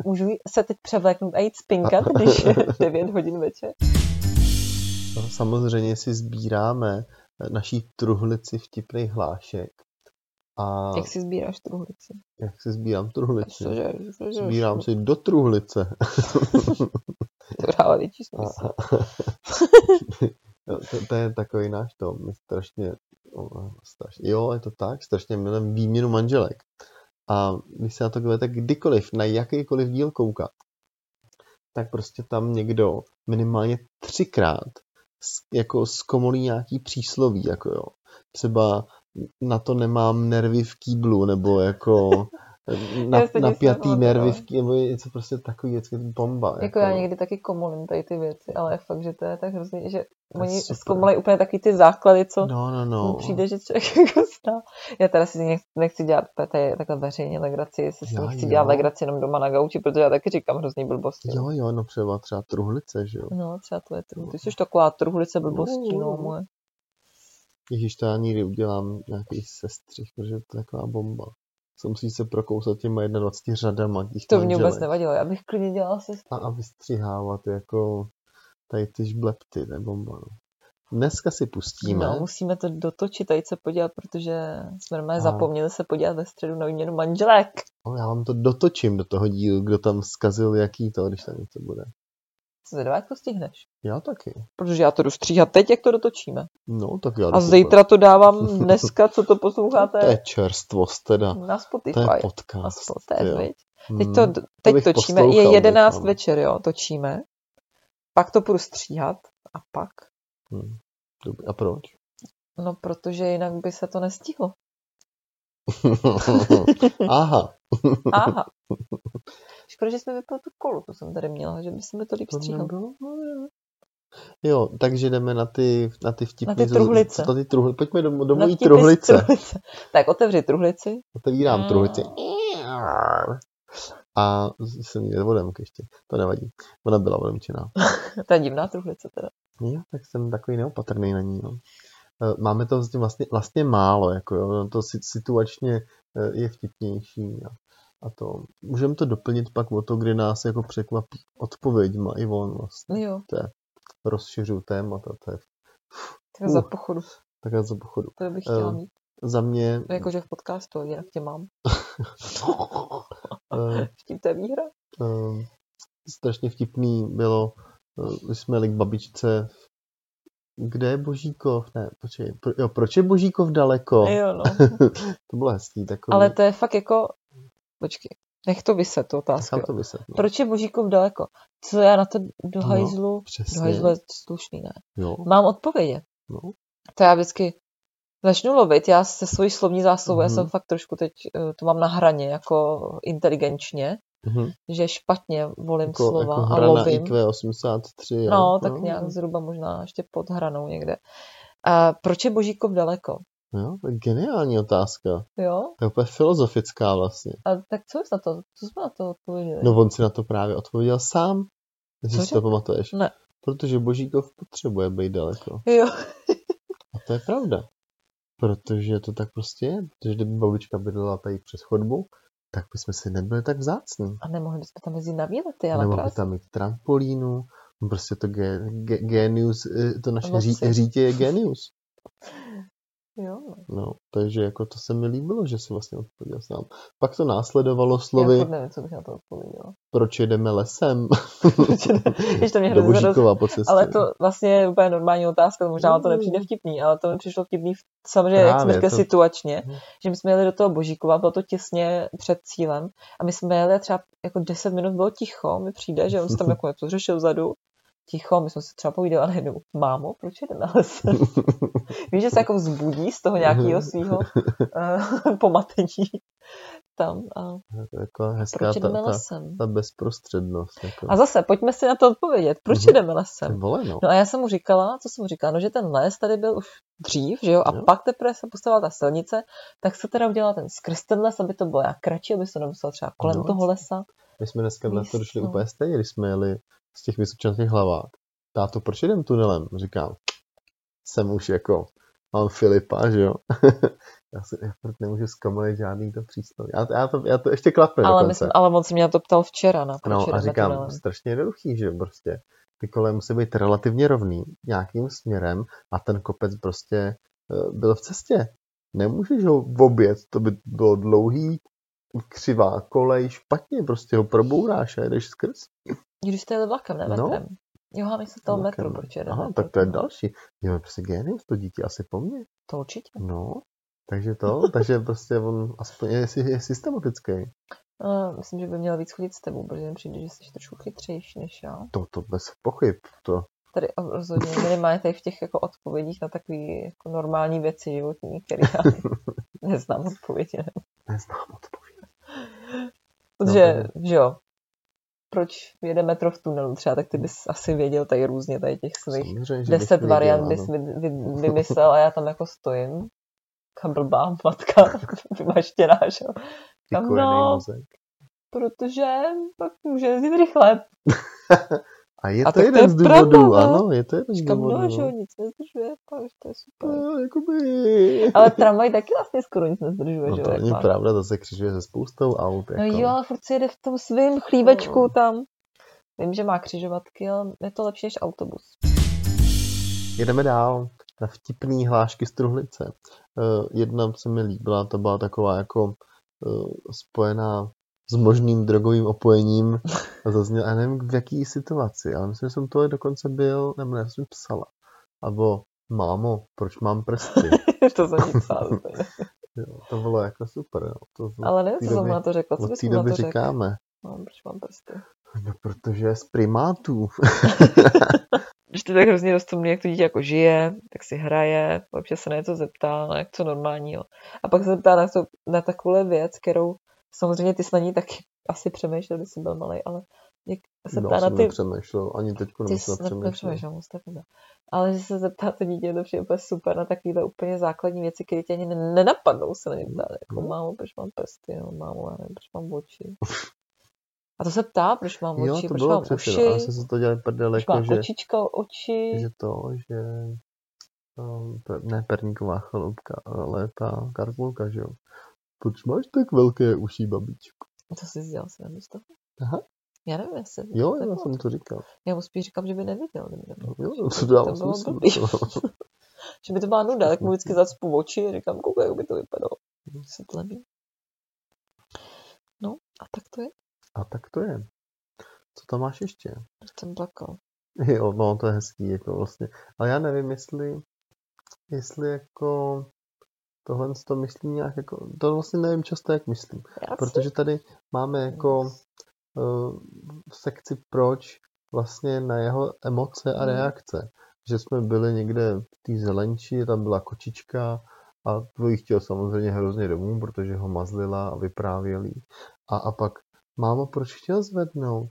S2: Můžu se teď převléknout a jít spinkat, když je 9 hodin večer.
S1: No, Samozřejmě si sbíráme eh, naší truhlici vtipných hlášek. A
S2: Jak si sbíráš truhlici?
S1: jak si sbírám truhlici?
S2: Cože, cože,
S1: Sbírám si do truhlice.
S2: To dává větší smysl.
S1: A- No, to, to je takový náš to. My strašně, o, strašně, jo, je to tak, strašně milujeme výměnu manželek. A když se na to budete kdykoliv, na jakýkoliv díl koukat, tak prostě tam někdo minimálně třikrát s- jako zkomolí nějaký přísloví, jako jo. Třeba na to nemám nervy v kýblu, nebo jako na,
S2: Já se ti
S1: napjatý
S2: stávám,
S1: nervy
S2: no.
S1: v kýblu, nebo něco prostě takový, vždycky bomba.
S2: Jako já někdy taky komolím tady ty věci, ale fakt, že to je tak hrozný, že
S1: je
S2: oni
S1: super.
S2: zkoumali úplně taky ty základy, co
S1: No,
S2: no,
S1: no,
S2: no.
S1: no.
S2: přijde, že člověk jako zná. Já teda si nech, nechci dělat tady takhle veřejně legraci, jestli si
S1: Já
S2: nechci
S1: jo.
S2: dělat legraci jenom doma na gauči, protože já taky říkám hrozný blbosti.
S1: Jo, jo, no třeba, třeba truhlice, že jo.
S2: No, třeba to je trhu. Ty jsi taková truhlice blbostí, no
S1: Mm.
S2: moje.
S1: Ježíš, to já někdy udělám nějaký sestřih, protože to je taková bomba. Co musíš se prokousat těma 21 řadama těch
S2: To mě
S1: manželek.
S2: vůbec nevadilo, já bych klidně dělala se
S1: a, a vystřihávat jako tady ty žblepty, to je bomba. No. Dneska si pustíme.
S2: No, musíme to dotočit, tady se podívat, protože jsme normálně
S1: A.
S2: zapomněli se podívat ve středu na výměnu manželek.
S1: No, já vám to dotočím do toho dílu, kdo tam zkazil jaký to, když tam něco bude.
S2: Co zvedá, jak to stihneš?
S1: Já taky.
S2: Protože já to jdu stříhat teď, jak to dotočíme.
S1: No, tak já
S2: A
S1: jdu
S2: zítra to dávám dneska, co to
S1: koupit. To
S2: posloucháte
S1: je čerstvost teda.
S2: na Spotify.
S1: To je
S2: Na
S1: podcast.
S2: Spotify,
S1: jo.
S2: viď?
S1: Hmm.
S2: Teď to, teď
S1: bych
S2: točíme, je
S1: poslouchal
S2: 11
S1: někam.
S2: večer, jo, točíme. Pak to půjdu stříhat a pak.
S1: mm. Dobrý, A proč?
S2: No, protože jinak by se to nestihlo.
S1: Aha,
S2: Aha. Škoda, že jsme vypili tu kolu, to jsem tady měla, že by se mi to líp
S1: to
S2: stříhalo.
S1: nebylo. no jo. Jo, takže jdeme na ty, na ty vtipy.
S2: Na ty truhlice.
S1: Na ty truhlice. Pojďme do, do
S2: Na
S1: mojí
S2: vtipy z
S1: truhlice.
S2: truhlice. Tak otevři truhlici.
S1: Otevírám
S2: Mm.
S1: truhlici. A jsem měl vodemk ještě. To nevadí. Ona byla vodemčená.
S2: To je divná truhlice teda.
S1: Já tak jsem takový neopatrný na ní. No. Eh, Máme to vlastně- vlastně, vlastně málo, jako jo. No to si- situačně eh, je vtipnější. A, a to. Můžeme to doplnit pak o to, kdy nás jako překvapí odpověďma i on
S2: No
S1: vlastně.
S2: Jo,
S1: Rozšiřuju témata, to je
S2: tak
S1: Uh.
S2: za pochodu,
S1: takhle za pochodu.
S2: to bych chtěla
S1: Eh.
S2: mít.
S1: Za mě...
S2: Jakože v podcastu, jinak tě mám.
S1: eh,
S2: Vtip, to je výhra.
S1: Ehm, strašně vtipný bylo, eh, když jsme jeli k babičce, kde je Božíkov? Ne, počkej, pro, jo, proč je Božíkov daleko?
S2: Jo, no.
S1: to bylo hezký, takový.
S2: Ale to je fakt jako... Počkej, nech to vyset, tu otázku.
S1: nechám
S2: jo.
S1: to vysetnout.
S2: Proč je Božíkov daleko? Co já na to do
S1: No,
S2: hajzlu? do
S1: Přesně,
S2: hajzlu je slušný, ne?
S1: jo,
S2: Mám odpovědět.
S1: no,
S2: To já vždycky začnu lovit, já se svojí slovní zásobou, já
S1: Mhm.
S2: jsem fakt trošku teď, eh, to mám na hraně, jako inteligenčně,
S1: mhm,
S2: že špatně volím
S1: jako,
S2: slova
S1: jako
S2: a
S1: hra na
S2: lovím.
S1: IQ 83, jo.
S2: No, tak nějak zhruba možná ještě pod hranou někde. A proč je Božíkov daleko?
S1: Jo, to je geniální otázka.
S2: Jo?
S1: To je úplně filozofická vlastně.
S2: A tak co jsi na to? Co jsme na to odpověděli?
S1: No on si na to právě odpověděl sám, jestli
S2: Co
S1: si to pamatuješ.
S2: Ne.
S1: Protože Božíkov potřebuje být daleko.
S2: Jo,
S1: A to je pravda. Protože to tak prostě je. Protože kdyby babička bydlela tady přes chodbu, tak bychom si nebyli tak vzácní.
S2: a nemohli bychom tam jezdit na výlety, ale
S1: Nebo by
S2: krásně.
S1: tam mít trampolínu. No Prostě to ge, ge, genius, eh, to naše ří,
S2: Lovci.
S1: řítě je genius.
S2: Jo, no.
S1: No, takže jako to se mi líbilo, že si vlastně odpověděl sám. Pak to následovalo
S2: Já
S1: slovy,
S2: furt nevím, co bych na to odpověděla.
S1: proč jedeme lesem
S2: Když to mě
S1: do
S2: hrozně zarazilo.
S1: Božíkova po cestě.
S2: Ale to vlastně je úplně normální otázka, to možná vám to nepřijde vtipný, ale to mi přišlo vtipný v- samozřejmě, jak jsme
S1: Mm. Právě,
S2: říkali,
S1: to-
S2: situačně,
S1: Mhm.
S2: že my jsme jeli do toho Božíkova, bylo to těsně před cílem a my jsme jeli a třeba jako 10 minut bylo ticho, mi přijde, že on se tam jako něco řešil vzadu, ticho, my jsme si třeba povídali a najednou, mámo, proč jedeme lesem? Víš, že se jako vzbudí z toho nějakého svého uh, pomatení tam a
S1: to je jako hezká
S2: proč
S1: ta,
S2: jedeme
S1: ta,
S2: lesem?
S1: ta bezprostřednost. Jako.
S2: A zase, pojďme si na to odpovědět, proč
S1: Mhm.
S2: jedeme
S1: Ty
S2: lesem?
S1: vole, no.
S2: No a já jsem mu říkala, co jsem mu říkala, no že ten les tady byl už dřív, že jo, a
S1: Jo.
S2: pak teprve se postavila ta silnice, tak se teda udělala ten skrz ten les, aby to bylo nějak kratší, aby se to nemuselo třeba kolem
S1: No,
S2: toho lesa.
S1: My jsme dneska v léto došli
S2: Místo.
S1: úplně stejně, když jsme jeli z těch vysočanských hlavák. Táto, proč jdem tunelem? Říkám, jsem už jako, mám Filipa, že jo? já se já furt nemůžu zkomolit žádný to přístroj. Já, to- já, to, já to ještě klapne
S2: Ale, my
S1: dokonce.
S2: jsme, ale on se mě na to ptal včera, na proč
S1: no a
S2: jedeme
S1: říkám,
S2: tunelem.
S1: strašně jednoduchý, že jo, prostě. Ty kole musí být relativně rovný nějakým směrem a ten kopec prostě eh, byl v cestě. Nemůžeš ho obět, to by bylo dlouhý, křivá kolej, špatně, prostě ho probouráš a jedeš skrz.
S2: Když jste jeli vlakem, ne
S1: No.
S2: metrem. Jo, a se ptal metru, proč jedeme.
S1: Aha,
S2: metru.
S1: tak to je další. Jo, prostě genius to dítě asi po mně.
S2: To určitě.
S1: No, takže to, takže prostě on aspoň je, je, je systematický.
S2: Uh, myslím, že by měl víc chodit s tebou, protože mi přijde, že jsi trošku chytřejší než já.
S1: To, to bez pochyb, to
S2: Tady rozhodně minimálně tady v těch jako odpovědích na takové jako normální věci životní, které já neznám odpovědi. ne.
S1: No, Neznám odpověď.
S2: Protože,
S1: to
S2: že jo, proč jede metro v tunelu třeba, tak ty bys asi věděl tady různě tady těch svých
S1: Samozřejmě, že bych
S2: deset
S1: věděl, no,
S2: variant
S1: ano.
S2: bys vy, vy, vymyslel a já tam jako stojím. Kam blbá matka vymaštěná, že jo.
S1: Ty
S2: tam,
S1: kojenej
S2: no.
S1: mozek.
S2: Protože pak může jezdit rychle.
S1: A je
S2: A
S1: to
S2: tak to
S1: jeden
S2: je
S1: z
S2: pravda,
S1: důvodů,
S2: no.
S1: ano, je to jeden z
S2: Říkám,
S1: důvodů.
S2: no, že jo,
S1: no.
S2: nic nezdržuje, takže to je super.
S1: A, Jakoby...
S2: Ale tramvaj taky vlastně skoro nic nezdržuje,
S1: No
S2: že
S1: to
S2: jo. jak
S1: není
S2: máš.
S1: pravda, to se křižuje se spoustou aut.
S2: No
S1: Jako.
S2: jo, ale furt si jede v tom svým chlíbečku
S1: No.
S2: tam. Vím, že má křižovatky, ale je to lepší než autobus.
S1: Jedeme dál na vtipný hlášky z truhlice. Eh, Jedna se mi líbila, to byla taková jako eh, spojená s možným drogovým opojením. A zazněla, já nevím v jaký situaci, ale myslím, že jsem to dokonce byl, nebo ne, jsem psala. Abo, mámo, proč mám prsty?
S2: to jsem ti psala. úplně.
S1: Jo, to bylo jako super. Jo. To,
S2: Ale nevím,
S1: té
S2: co jsem
S1: doby-
S2: na to řekla. Co
S1: od
S2: bys
S1: té
S2: mu na
S1: doby
S2: to řekl?
S1: říkáme.
S2: No, proč mám prsty?
S1: No, protože je z primátů.
S2: Když to je tak hrozně roztomný, jak to dítě jako žije, tak si hraje, občas se na něco zeptá, na něco normálního. A pak se zeptá na, to, na takovou věc, kterou samozřejmě ty snaní taky asi přemýšlel, když jsem byl malý, ale jak se
S1: no,
S2: ptá na
S1: jsem
S2: ty
S1: nepřemýšlel, ani teď
S2: Ty
S1: nemusím
S2: jsi ne-
S1: přemýšlet.
S2: nepřemýšlel, moc to je pravda. Ale že se zeptá to dítě, to vše je úplně super na takovýhle úplně základní věci, které tě ani ne- nenapadnou se na ně ptát. Jako,
S1: No.
S2: mámo, proč mám prsty, no, mámo, já nevím, proč mám oči. A to se ptá, proč mám
S1: Jo,
S2: oči,
S1: to
S2: proč
S1: bylo
S2: mám
S1: přesně, no,
S2: uši,
S1: ale jsme se to dělali prdel,
S2: proč
S1: jako,
S2: má
S1: že,
S2: kočička oči.
S1: že to, že um, per, ne perníková chaloupka, ale ta karkulka, že jo. Proč máš tak velké uší, babičku?
S2: To jsi dělal se na toho.
S1: Aha.
S2: Já nevím, já jsem,
S1: Jo,
S2: tak
S1: já
S2: bylo
S1: jsem
S2: to.
S1: to říkal.
S2: já mu spíš říkám, že by neviděl. Kdyby nebyl.
S1: Jo, no, to dává
S2: to bylo
S1: smysl.
S2: blbý.
S1: docela.
S2: Že by to byla nuda, tak mu vždycky zacpu oči a říkám, koukej, jak by to vypadalo. Se tlemí. No, a tak to je.
S1: A tak to je. Co tam máš ještě?
S2: Jsem plakal.
S1: Jo, no, to je hezký, jako vlastně. Ale já nevím, jestli, jestli jako tohle to myslí nějak jako, to vlastně nevím často, jak myslím.
S2: Já si
S1: Protože tady máme jako uh, sekci proč vlastně na jeho emoce a
S2: Mhm.
S1: reakce. Že jsme byli někde v té zelenči, tam byla kočička a to jí chtěl samozřejmě hrozně domů, protože ho mazlila a vyprávěl jí. A, a pak, mámo, proč chtěl zvednout?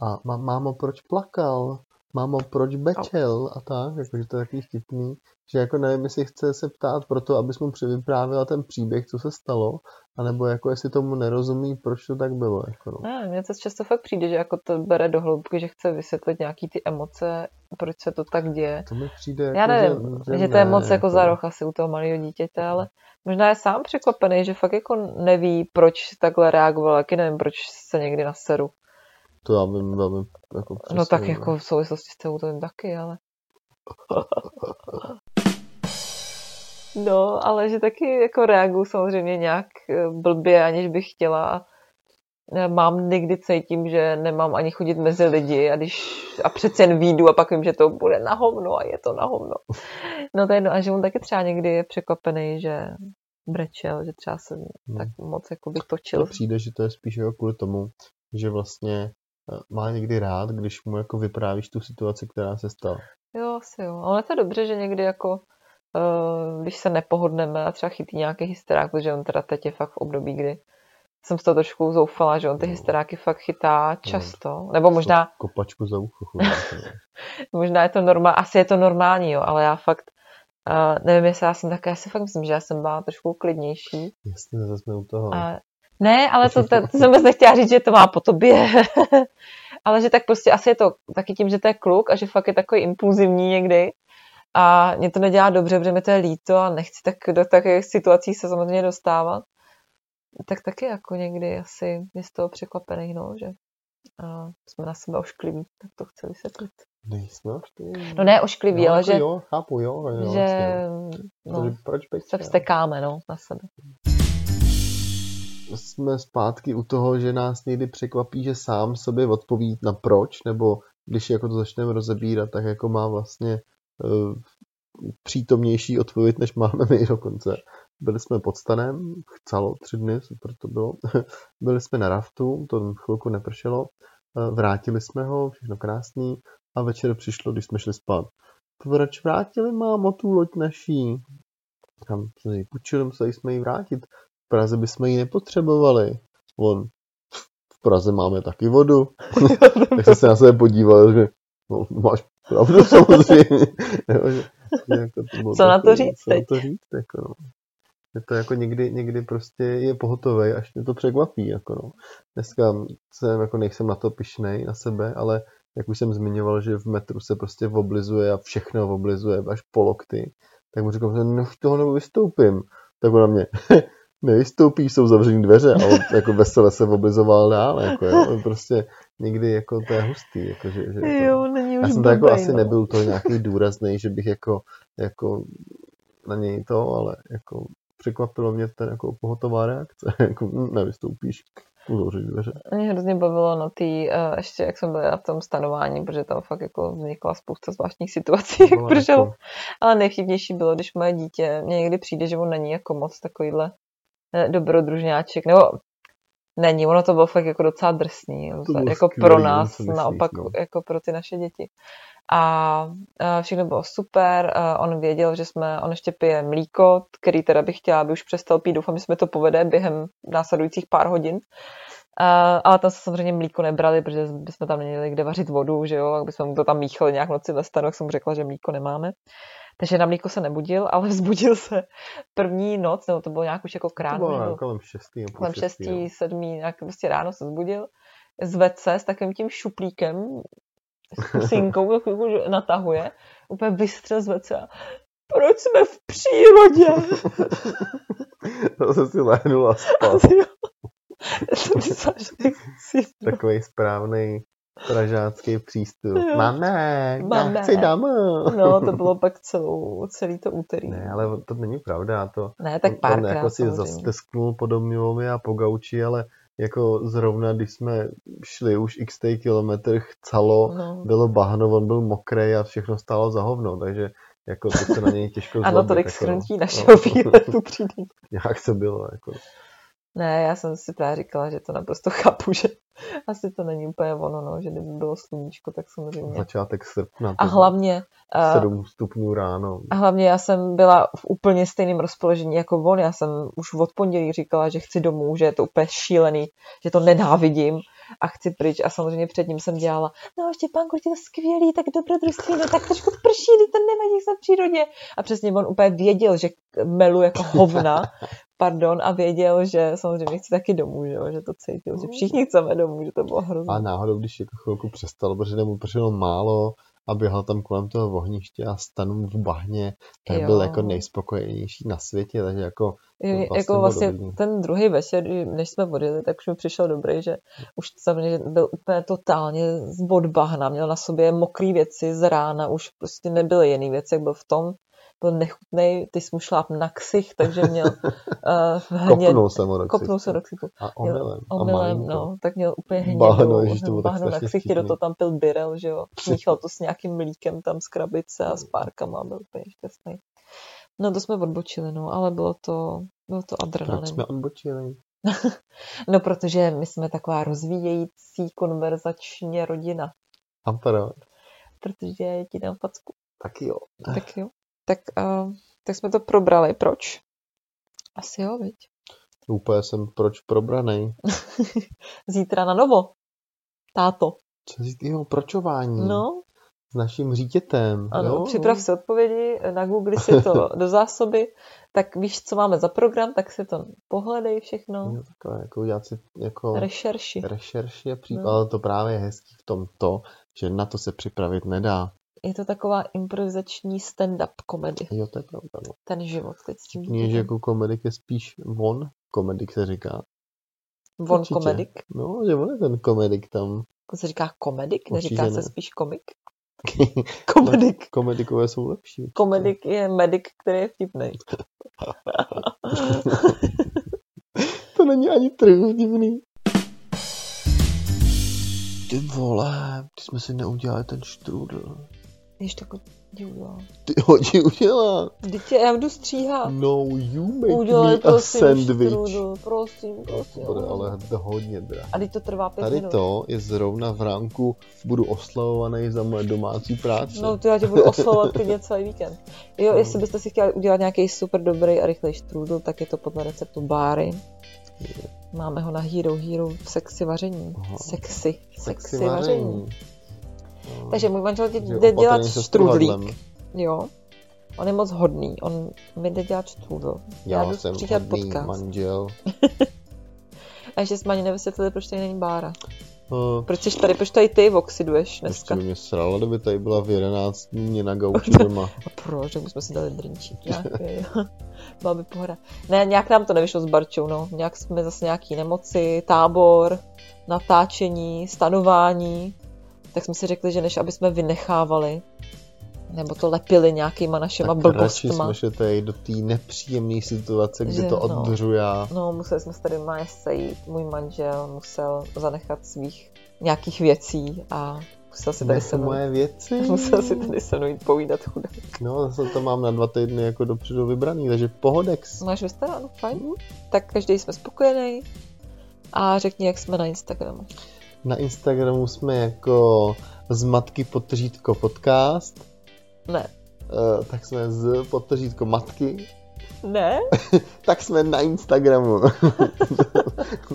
S1: A má, mámo, proč plakal? Mámo, proč bečel? A tak, jakože to je takový vtipný, že jako nevím, jestli chce se ptát proto, abys mu převyprávěla ten příběh, co se stalo, anebo jako jestli tomu nerozumí, proč to tak bylo. Jako no.
S2: Ne, mně to často fakt přijde, že jako to bere do hloubky, že chce vysvětlit nějaký ty emoce, proč se to tak děje.
S1: To mi přijde jako,
S2: Já nevím,
S1: že,
S2: že, to je
S1: ne,
S2: moc jako za roh asi u toho malého dítěte, ale možná je sám překvapený, že fakt jako neví, proč takhle reagoval, taky nevím, proč se někdy naseru.
S1: To já vím velmi jako přesně,
S2: No tak
S1: no.
S2: jako v souvislosti s tou to vím taky, ale... No, ale že taky jako reaguju samozřejmě nějak eh, blbě, aniž bych chtěla. a eh, Mám někdy cítím, že nemám ani chodit mezi lidi a, když, a přece jen výjdu a pak vím, že to bude na hovno a je to na hovno. No to je jedno, a že on taky třeba někdy je překvapený, že brečel, že třeba se tak moc jako
S1: Mně
S2: vytočil.
S1: přijde, že to je spíš jako kvůli tomu, že vlastně eh, má někdy rád, když mu jako vyprávíš tu situaci, která se stala.
S2: Jo, asi jo. Ale to je dobře, že někdy jako, eh, když se nepohodneme a třeba chytí nějaký hysterák, protože on teda teď je fakt v období, kdy jsem z toho trošku zoufala, že on ty
S1: No.
S2: hysteráky fakt chytá často. Nebo Jako možná,
S1: To Kopačku za ucho. chudák, no.
S2: možná je to normální, asi je to normální, jo, ale já fakt eh, nevím, jestli já jsem také, já si fakt myslím, že já jsem byla trošku klidnější.
S1: Jasně, zase jsme u toho.
S2: A, ne, ale to, to, to jsem vůbec nechtěla říct, že to má po tobě. ale že tak prostě asi je to taky tím, že to je kluk a že fakt je takový impulzivní někdy. A mě to nedělá dobře, protože mi to je líto a nechci tak do takových situací se samozřejmě dostávat. Tak taky jako někdy asi je z toho překvapený, no, že a jsme na sebe oškliví, tak to chci vysvětlit.
S1: Nejsme až ty.
S2: No ne oškliví,
S1: Jo,
S2: ale
S1: jako
S2: že,
S1: Jo, chápu, jo. jo
S2: že
S1: jasně, no.
S2: no,
S1: Takže proč bych
S2: se vstekáme no, na sebe.
S1: Jsme zpátky u toho, že nás někdy překvapí, že sám sobě odpoví na proč, nebo když jako to začneme rozebírat, tak jako má vlastně eh, přítomnější odpověď, než máme my dokonce. Byli jsme pod stanem, chcelo tři dny, super to bylo. Byli jsme na raftu, to chvilku nepršelo. eh, Vrátili jsme ho, všechno krásný. a večer přišlo, když jsme šli spát. Proč vrátili mámo tu loď naší? Tam jsme ji půjčili, museli jsme ji vrátit. V Praze bychom ji nepotřebovali. On, v Praze máme taky vodu. tak jsem se na sebe podíval, že no, máš pravdu samozřejmě. jo, že, že jako to bylo
S2: Co na to
S1: takový,
S2: říct
S1: Co na
S2: teď?
S1: to říct, jako no. Je to jako někdy, někdy prostě je pohotovej, až mě to překvapí, jako no. Dneska jsem, jako nejsem na to pišnej, na sebe, ale jak už jsem zmiňoval, že v metru se prostě oblizuje a všechno oblizuje až po lokty, tak mu říkám, že no, toho nebo vystoupím. Tak on na mě, nevystoupí, jsou zavřené dveře a on jako vesele se oblizoval dál, jako jo. On prostě někdy jako to je hustý, jako že, že je to,
S2: Jo, není už
S1: já jsem to jako
S2: blbej,
S1: asi
S2: no.
S1: nebyl to nějaký důrazný, že bych jako, jako na něj to, ale jako překvapilo mě ten jako pohotová reakce, jako "Mm, nevystoupíš, uzavřeš dveře.
S2: Mě hrozně bavilo na té, ještě jak jsme byli na tom stanování, protože tam fakt jako vznikla spousta zvláštních situací, jak
S1: Bylo
S2: pršelo.
S1: jako-
S2: Ale nejchybnější bylo, když moje dítě, mně někdy přijde, že on není jako moc takovýhle eh, dobrodružňáček, nebo není, ono to bylo fakt jako docela drsný, za-
S1: bylo
S2: jako
S1: skvělý,
S2: pro
S1: no,
S2: nás,
S1: co myslíš,
S2: naopak
S1: no.
S2: jako pro ty naše děti. A eh, všechno bylo super, eh, on věděl, že jsme, on ještě pije mlíko, který teda bych chtěla, aby už přestal pít, doufám, že jsme to povede během následujících pár hodin. Uh, ale tam se samozřejmě mlíko nebrali, protože bychom tam neměli kde vařit vodu, že jo, jak bychom mu to tam míchali nějak v noci ve stanu, jak jsem mu řekla, že mlíko nemáme. Takže na mlíko se nebudil, ale vzbudil se první noc, nebo to bylo nějak už jako k
S1: To
S2: ránu,
S1: bylo
S2: nebo
S1: nějak kolem šestý. nebo půl
S2: kolem
S1: šestý, no.
S2: 6, 7, nějak prostě ráno se zbudil, zved se s takovým tím šuplíkem, s pusinkou, takovou, že natahuje, úplně vystřel zved se a proč jsme v přírodě?
S1: To jsem si lehnul a spal.
S2: Já jsem myslela, že si
S1: Takový správný pražácký přístup.
S2: Jo.
S1: Máme,
S2: Mame.
S1: já chci domů.
S2: No, to bylo pak celou, celý to úterý.
S1: Ne, ale to není pravda. To,
S2: ne tak
S1: on
S2: párkrát
S1: jako si
S2: samozřejmě.
S1: zastesknul po Domňovovi a po Gauči, ale jako zrovna, když jsme šli už x kilometr, chcalo,
S2: No.
S1: bylo bahno, on byl mokrý a všechno stálo za hovno, takže jako to se na něj těžko zlobit.
S2: Ano, tolik
S1: jako,
S2: schrnutí
S1: no.
S2: našeho výletu přijde.
S1: Nějak to bylo, jako.
S2: Ne, já jsem si právě říkala, že to naprosto chápu, že asi to není úplně ono, no, že kdyby bylo sluníčko, tak samozřejmě.
S1: Začátek srpna.
S2: A
S1: No, to bylo
S2: hlavně, eh,
S1: 7 stupňů ráno.
S2: a hlavně já jsem byla v úplně stejném rozpoložení jako on. Já jsem už od pondělí říkala, že chci domů, že je to úplně šílený, že to nenávidím a chci pryč. A samozřejmě předtím jsem dělala, no ještě pánku, je to skvělý, tak dobrodružství, no tak trošku prší, teď to nevadí jsem v přírodě. A přesně on úplně věděl, že melu jako hovna, pardon, a věděl, že samozřejmě chci taky domů, že, jo, že to cítil, že všichni chceme domů, že to bylo hrozné.
S1: A náhodou, když jako chvilku přestalo, protože mu přišlo málo a běhal tam kolem toho ohniště a stanu v bahně, tak jo. byl
S2: Jo.
S1: jako nejspokojenější na světě, takže jako
S2: Jo,
S1: vlastně
S2: jako
S1: bylo
S2: vlastně
S1: dobrý.
S2: ten druhý večer, kdy- než jsme odjeli, tak už mi přišel dobrý, že už samozřejmě byl úplně totálně z odbahna, měl na sobě mokré věci z rána, už prostě nebyly jiný věci, jak byl v tom, byl nechutnej, ty jsi mu šláp na ksich, takže měl uh,
S1: kopnul jsem ho do
S2: kopnul se
S1: ksichtu.
S2: do ksitu.
S1: A omylem. a
S2: Omylem,
S1: malinko.
S2: no, tak měl úplně hnědou,
S1: Bahno, ježiš, to bylo tak
S2: bahno na
S1: strašně
S2: ksichtě, do
S1: vtipný.
S2: toho tam pil birel, že jo, míchal to s nějakým mlíkem tam z krabice a s párkama, a byl úplně šťastný. No to jsme odbočili, no, ale bylo to, bylo to
S1: Proč
S2: adrenalin.
S1: jsme odbočili?
S2: No protože my jsme taková rozvíjející konverzačně rodina,
S1: A proč?
S2: protože ti dám facku,
S1: Tak jo.
S2: tak jo. Tak, uh, tak jsme to probrali, proč? Asi jo, viď?
S1: Úplně jsem proč probranej.
S2: Zítra na novo, táto.
S1: Co říct jeho pročování
S2: No,
S1: s naším řítětem.
S2: Ano,
S1: jo?
S2: připrav si odpovědi, eh, nagoogli si to do zásoby, tak víš, co máme za program, tak si to pohledej všechno,
S1: Jo, takové, jako udělat si jako...
S2: rešerši.
S1: rešerši je případ,
S2: No.
S1: ale to právě je hezký v tom to, že na to se připravit nedá.
S2: Je to taková improvizační stand-up komedy,
S1: Jo, to je pravda. No.
S2: ten život teď s tím
S1: Všichni, že
S2: dítětem.
S1: jako komedik je spíš on, komedik se říká.
S2: On
S1: určitě.
S2: komedik,
S1: No, že on je ten komedik tam.
S2: to se říká komedik,
S1: Určitě
S2: neříká se
S1: ne.
S2: spíš komik. Komedik.
S1: Komedikové jsou lepší.
S2: Komedik je medik, který je vtipný.
S1: To není ani trochu divný. Ty vole, ty jsme si neudělali ten štrůdl.
S2: Když to kotí udělal.
S1: Ty ho ti udělá.
S2: Dítě, já jdu stříhat.
S1: No, you make
S2: Udělej
S1: me a
S2: prosím
S1: sandwich.
S2: štrudl, prosím,
S1: No,
S2: prosím.
S1: to bude ale hodně drahé.
S2: A teď to trvá pět
S1: Tady
S2: minut.
S1: to je zrovna v ránku budu oslavovaný za moje domácí práce.
S2: No, ty já tě budu oslovovat klidně celý víkend. Jo,
S1: No.
S2: jestli byste si chtěli udělat nějaký super dobrý a rychlej štrůdl, tak je to podle receptu Báry. Máme ho na Hero Hero v sexy vaření.
S1: Aha.
S2: Sexy. Sexy
S1: Sexy
S2: vaření.
S1: vaření. No,
S2: Takže můj manžel tě
S1: takže
S2: jde dělat
S1: opatrně se
S2: štrudlík.
S1: strhadlem.
S2: Jo. On je moc hodný. On mi jde dělat štrůdl.
S1: Já,
S2: Já jdu
S1: jsem
S2: stříhat
S1: hodný
S2: podcast.
S1: manžel.
S2: A ještě jsme ani nevysvětlili, proč tady není Bára.
S1: Uh,
S2: Proč jsi tady, proč tady ty oxiduješ
S1: Dneska. Ještě
S2: dneska?
S1: by mě srala, kdyby tady byla v 11 dní na gauči doma.
S2: A proč, tak bychom si dali drinčík nějaký. Byla by pohoda. Ne, nějak nám to nevyšlo s Barčou, no. Nějak jsme zase nějaký nemoci, tábor, natáčení, stanování. Tak jsme si řekli, že než aby jsme vynechávali, nebo to lepili nějakýma našima
S1: Tak radši
S2: blbostma.
S1: jsme šetej do té nepříjemné situace, kde
S2: Že
S1: to
S2: no.
S1: oddřujá.
S2: No, museli jsme se tady má sejít. Můj manžel musel zanechat svých nějakých věcí a musel si tady
S1: Nech
S2: se mnou,
S1: moje věci.
S2: musel si tady se mnou jít povídat chudák.
S1: No, zase to mám na dva týdny jako dopředu vybraný, takže pohodex.
S2: Máš vystaráno, fajn. Tak každý jsme spokojený. A řekni, jak jsme na Instagramu.
S1: Na Instagramu jsme jako z matky potržítko podcast,
S2: Ne.
S1: eh, tak jsme z potržítko matky,
S2: Ne?
S1: tak jsme na Instagramu.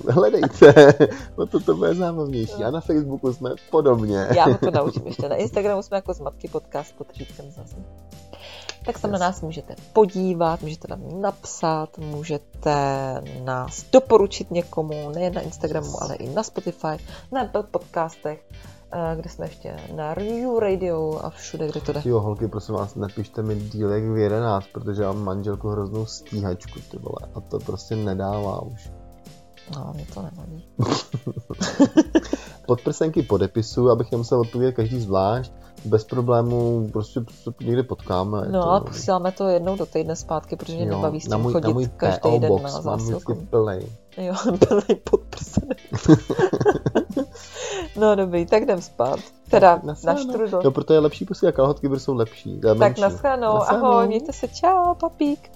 S1: Hledejte, no to, to bude zábavnější. A na Facebooku jsme podobně.
S2: Já ho to naučím ještě. Na Instagramu jsme jako z matky podcast pod řídkem zase. Tak se na nás můžete podívat, můžete nám napsat, můžete nás doporučit někomu, nejen na Instagramu, ale i na Spotify, na Apple podcastech, eh, kde jsme ještě na Review Radio a všude, kde to jde.
S1: Jo, holky, prosím vás, napište mi dílek v 11, protože já mám manželku hroznou stíhačku, ty vole, a to prostě nedává už.
S2: No, mě to nevadí.
S1: Podprsenky podepisu, abych nemusel odpovědět každý zvlášť, bez problémů, prostě se někde potkáme. je
S2: No,
S1: to-
S2: ale posíláme to jednou do týdne zpátky, protože mě
S1: Jo,
S2: nebaví s tím
S1: na můj, na můj
S2: chodit
S1: PO
S2: každý den
S1: box
S2: na
S1: mám vždycky
S2: zásilku.
S1: plnej.
S2: Jo, plný podprsenek. no dobrý, tak jdem spát. Teda na
S1: shledanou.
S2: štrudl.
S1: No, proto je lepší posílat kalhotky, protože jsou lepší. to je
S2: Tak
S1: menší.
S2: naschledanou,
S1: Naschledanou.
S2: ahoj, mějte se, čau, papík.